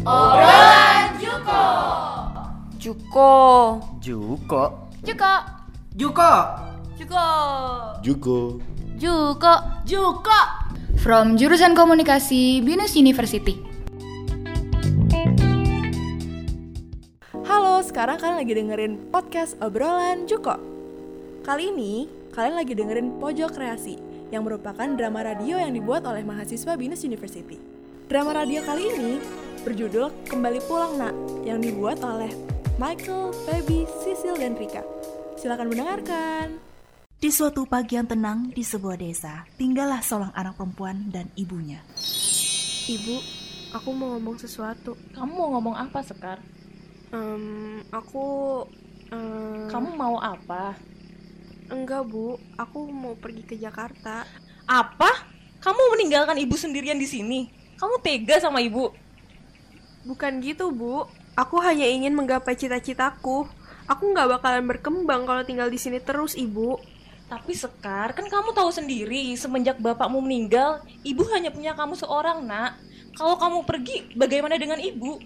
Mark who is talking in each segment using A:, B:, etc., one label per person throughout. A: Obrolan Juko.
B: Juko.
C: Juko.
B: Juko.
C: Juko.
B: Juko.
D: Jugo.
B: Juko.
A: Juko.
E: From jurusan komunikasi Binus University.
F: Halo, sekarang kalian lagi dengerin podcast obrolan Juko. Kali ini kalian lagi dengerin Pojok Kreasi yang merupakan drama radio yang dibuat oleh mahasiswa Binus University. Drama radio kali ini berjudul Kembali Pulang Nak yang dibuat oleh Michael, Feby, Sisil, dan Rika. Silakan mendengarkan.
G: Di suatu pagi yang tenang di sebuah desa, tinggallah seorang anak perempuan dan ibunya.
H: Ibu, aku mau ngomong sesuatu.
I: Kamu mau ngomong apa, Sekar?
H: Em, aku em,
I: Kamu mau apa?
H: enggak bu, aku mau pergi ke Jakarta.
I: Apa? Kamu meninggalkan ibu sendirian di sini? Kamu tega sama ibu?
H: Bukan gitu bu, aku hanya ingin menggapai cita-citaku. Aku nggak bakalan berkembang kalau tinggal di sini terus ibu.
I: Tapi Sekar, kan kamu tahu sendiri, semenjak bapakmu meninggal, ibu hanya punya kamu seorang, nak. Kalau kamu pergi, bagaimana dengan ibu?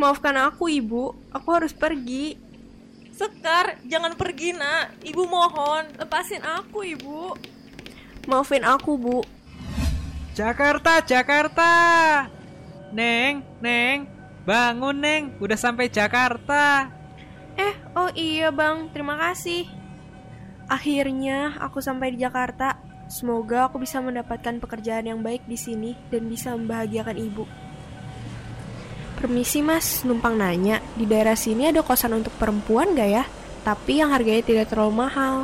H: Maafkan aku ibu, aku harus pergi.
I: Sekar, jangan pergi, nak. Ibu mohon.
H: Lepasin ah. aku ibu. Maafin aku bu.
J: Jakarta, Jakarta. Neng, Neng, bangun Neng, udah sampai Jakarta.
H: Eh, oh iya bang, terima kasih. Akhirnya aku sampai di Jakarta. Semoga aku bisa mendapatkan pekerjaan yang baik di sini dan bisa membahagiakan ibu. Permisi mas, numpang nanya, di daerah sini ada kosan untuk perempuan gak ya? Tapi yang harganya tidak terlalu mahal.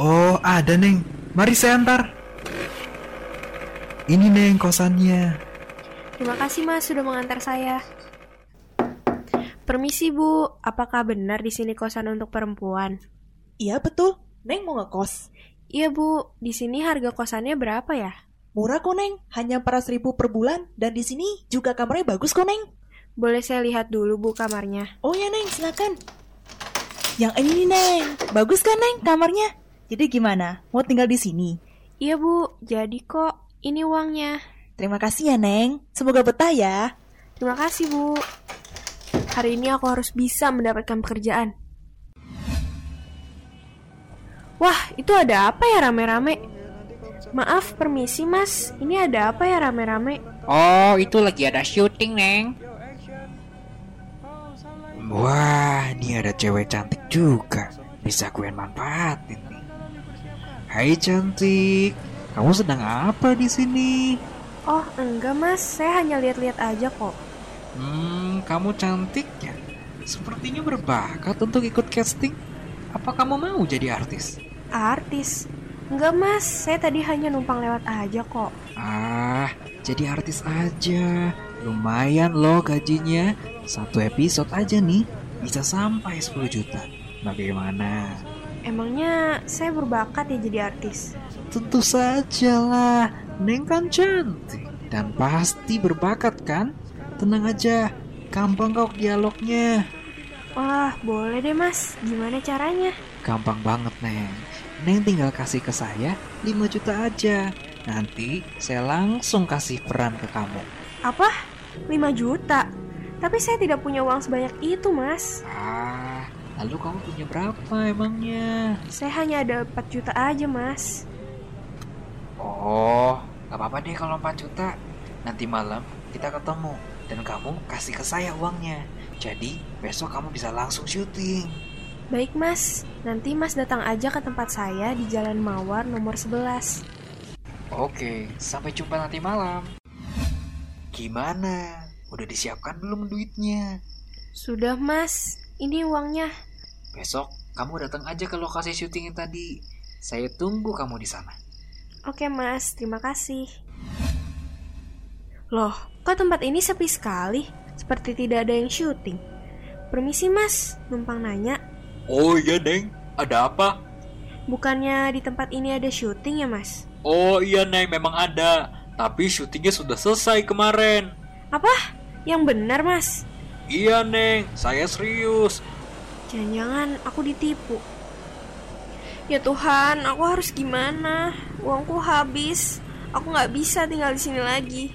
K: Oh, ada Neng. Mari saya antar. Ini Neng kosannya.
H: Terima kasih mas sudah mengantar saya. Permisi bu, apakah benar di sini kosan untuk perempuan?
L: Iya betul, Neng mau ngekos.
H: Iya bu, di sini harga kosannya berapa ya?
L: Murah kok Neng, hanya 400 ribu per bulan dan di sini juga kamarnya bagus kok Neng.
H: Boleh saya lihat dulu bu kamarnya?
L: Oh ya Neng, silakan. Yang ini Neng, bagus kan Neng kamarnya? Jadi gimana, mau tinggal di sini?
H: Iya bu, jadi kok ini uangnya.
L: Terima kasih ya Neng, semoga betah ya.
H: Terima kasih bu. Hari ini aku harus bisa mendapatkan pekerjaan. Wah, itu ada apa ya rame-rame? Maaf, permisi mas, ini ada apa ya rame-rame?
M: Oh, itu lagi ada syuting, Neng.
J: Oh,
K: Wah, ini ada cewek cantik juga. Bisa gue manfaatin nih. Hai cantik, kamu sedang apa di sini?
H: Oh, enggak mas, saya hanya lihat-lihat aja kok.
K: Hmm, kamu cantik ya. Sepertinya berbakat untuk ikut casting. Apa kamu mau jadi artis?
H: Artis? Enggak mas, saya tadi hanya numpang lewat aja kok.
K: Ah, jadi artis aja. Lumayan loh gajinya. Satu episode aja nih bisa sampai 10 juta. Bagaimana?
H: Emangnya saya berbakat ya jadi artis?
K: Tentu saja lah. Neng kan cantik dan pasti berbakat kan? Tenang aja, gampang kok dialognya.
H: Wah, boleh deh mas. Gimana caranya?
K: Gampang banget, Neng. Neng tinggal kasih ke saya 5 juta aja. Nanti saya langsung kasih peran ke kamu.
H: Apa? 5 juta? Tapi saya tidak punya uang sebanyak itu, Mas.
K: Ah, lalu kamu punya berapa emangnya?
H: Saya hanya ada 4 juta aja, Mas.
K: Oh, gak apa-apa deh kalau 4 juta. Nanti malam kita ketemu dan kamu kasih ke saya uangnya. Jadi besok kamu bisa langsung syuting.
H: Baik, Mas. Nanti Mas datang aja ke tempat saya di Jalan Mawar nomor 11.
K: Oke, sampai jumpa nanti malam. Gimana? Udah disiapkan belum duitnya?
H: Sudah, Mas. Ini uangnya.
K: Besok kamu datang aja ke lokasi syuting yang tadi. Saya tunggu kamu di sana.
H: Oke, Mas. Terima kasih. Loh, kok tempat ini sepi sekali? Seperti tidak ada yang syuting. Permisi, Mas. Numpang nanya.
K: Oh iya, Neng. Ada apa?
H: Bukannya di tempat ini ada syuting ya, Mas?
K: Oh iya, Neng. Memang ada. Tapi syutingnya sudah selesai kemarin.
H: Apa? Yang benar, Mas?
K: Iya, Neng. Saya serius.
H: Jangan-jangan aku ditipu. Ya Tuhan, aku harus gimana? Uangku habis. Aku nggak bisa tinggal di sini lagi.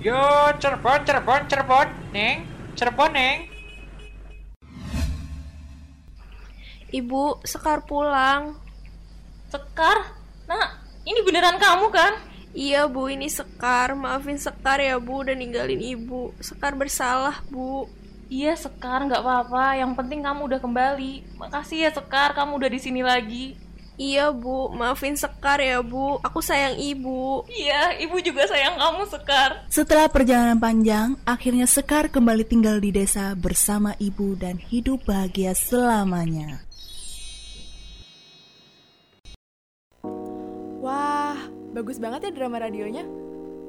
J: Yo, Cirebon, Cirebon, Cirebon, Neng, Cirebon, Neng.
H: Ibu, Sekar pulang.
I: Sekar? Nak, ini beneran kamu kan?
H: Iya, Bu, ini Sekar. Maafin Sekar ya, Bu, udah ninggalin Ibu. Sekar bersalah, Bu.
I: Iya, Sekar, nggak apa-apa. Yang penting kamu udah kembali. Makasih ya, Sekar, kamu udah di sini lagi.
H: Iya, Bu. Maafin Sekar ya, Bu. Aku sayang Ibu.
I: Iya, Ibu juga sayang kamu, Sekar.
G: Setelah perjalanan panjang, akhirnya Sekar kembali tinggal di desa bersama ibu dan hidup bahagia selamanya.
F: Wah, bagus banget ya drama radionya.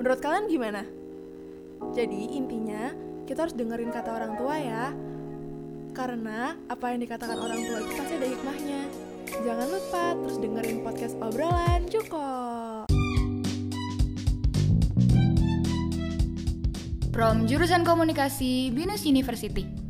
F: Menurut kalian gimana? Jadi intinya kita harus dengerin kata orang tua ya. Karena apa yang dikatakan orang tua itu pasti ada hikmahnya. Jangan lupa terus dengerin podcast obrolan Cuko.
E: From jurusan komunikasi Binus University.